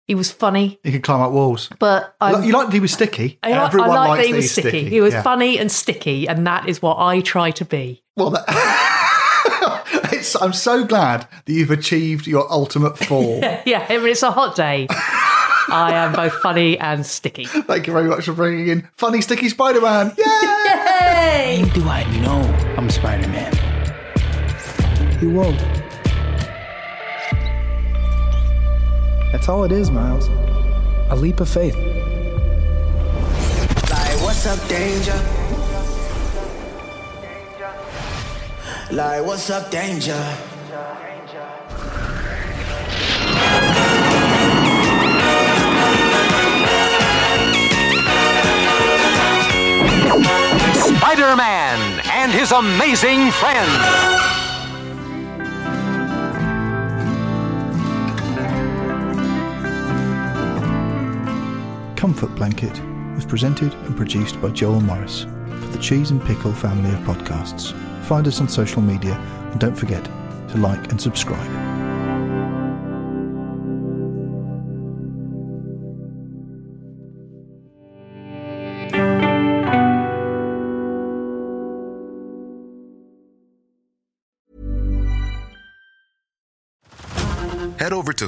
[SPEAKER 3] he was funny
[SPEAKER 5] He could climb up walls.
[SPEAKER 3] but i
[SPEAKER 5] you liked he was sticky.
[SPEAKER 3] I like, I
[SPEAKER 5] Everyone
[SPEAKER 3] like
[SPEAKER 5] likes
[SPEAKER 3] that he was sticky. He was
[SPEAKER 5] Yeah.
[SPEAKER 3] funny and sticky, and that is what I try to be.
[SPEAKER 5] Well, It's, I'm so glad that you've achieved your ultimate form.
[SPEAKER 3] yeah, I mean, it's a hot day. I am both funny and sticky.
[SPEAKER 5] Thank you very much for bringing in funny sticky Spider-Man. Yay!
[SPEAKER 4] When do I know I'm Spider Man?
[SPEAKER 2] You won't. That's all it is, Miles. A leap of faith.
[SPEAKER 10] Like, what's up, danger? Like, what's up, danger?
[SPEAKER 21] Spider Man and his amazing friends.
[SPEAKER 5] Comfort Blanket was presented and produced by Joel Morris for the Cheese and Pickle family of podcasts. Find us on social media and don't forget to like and subscribe.
[SPEAKER 24] Head over to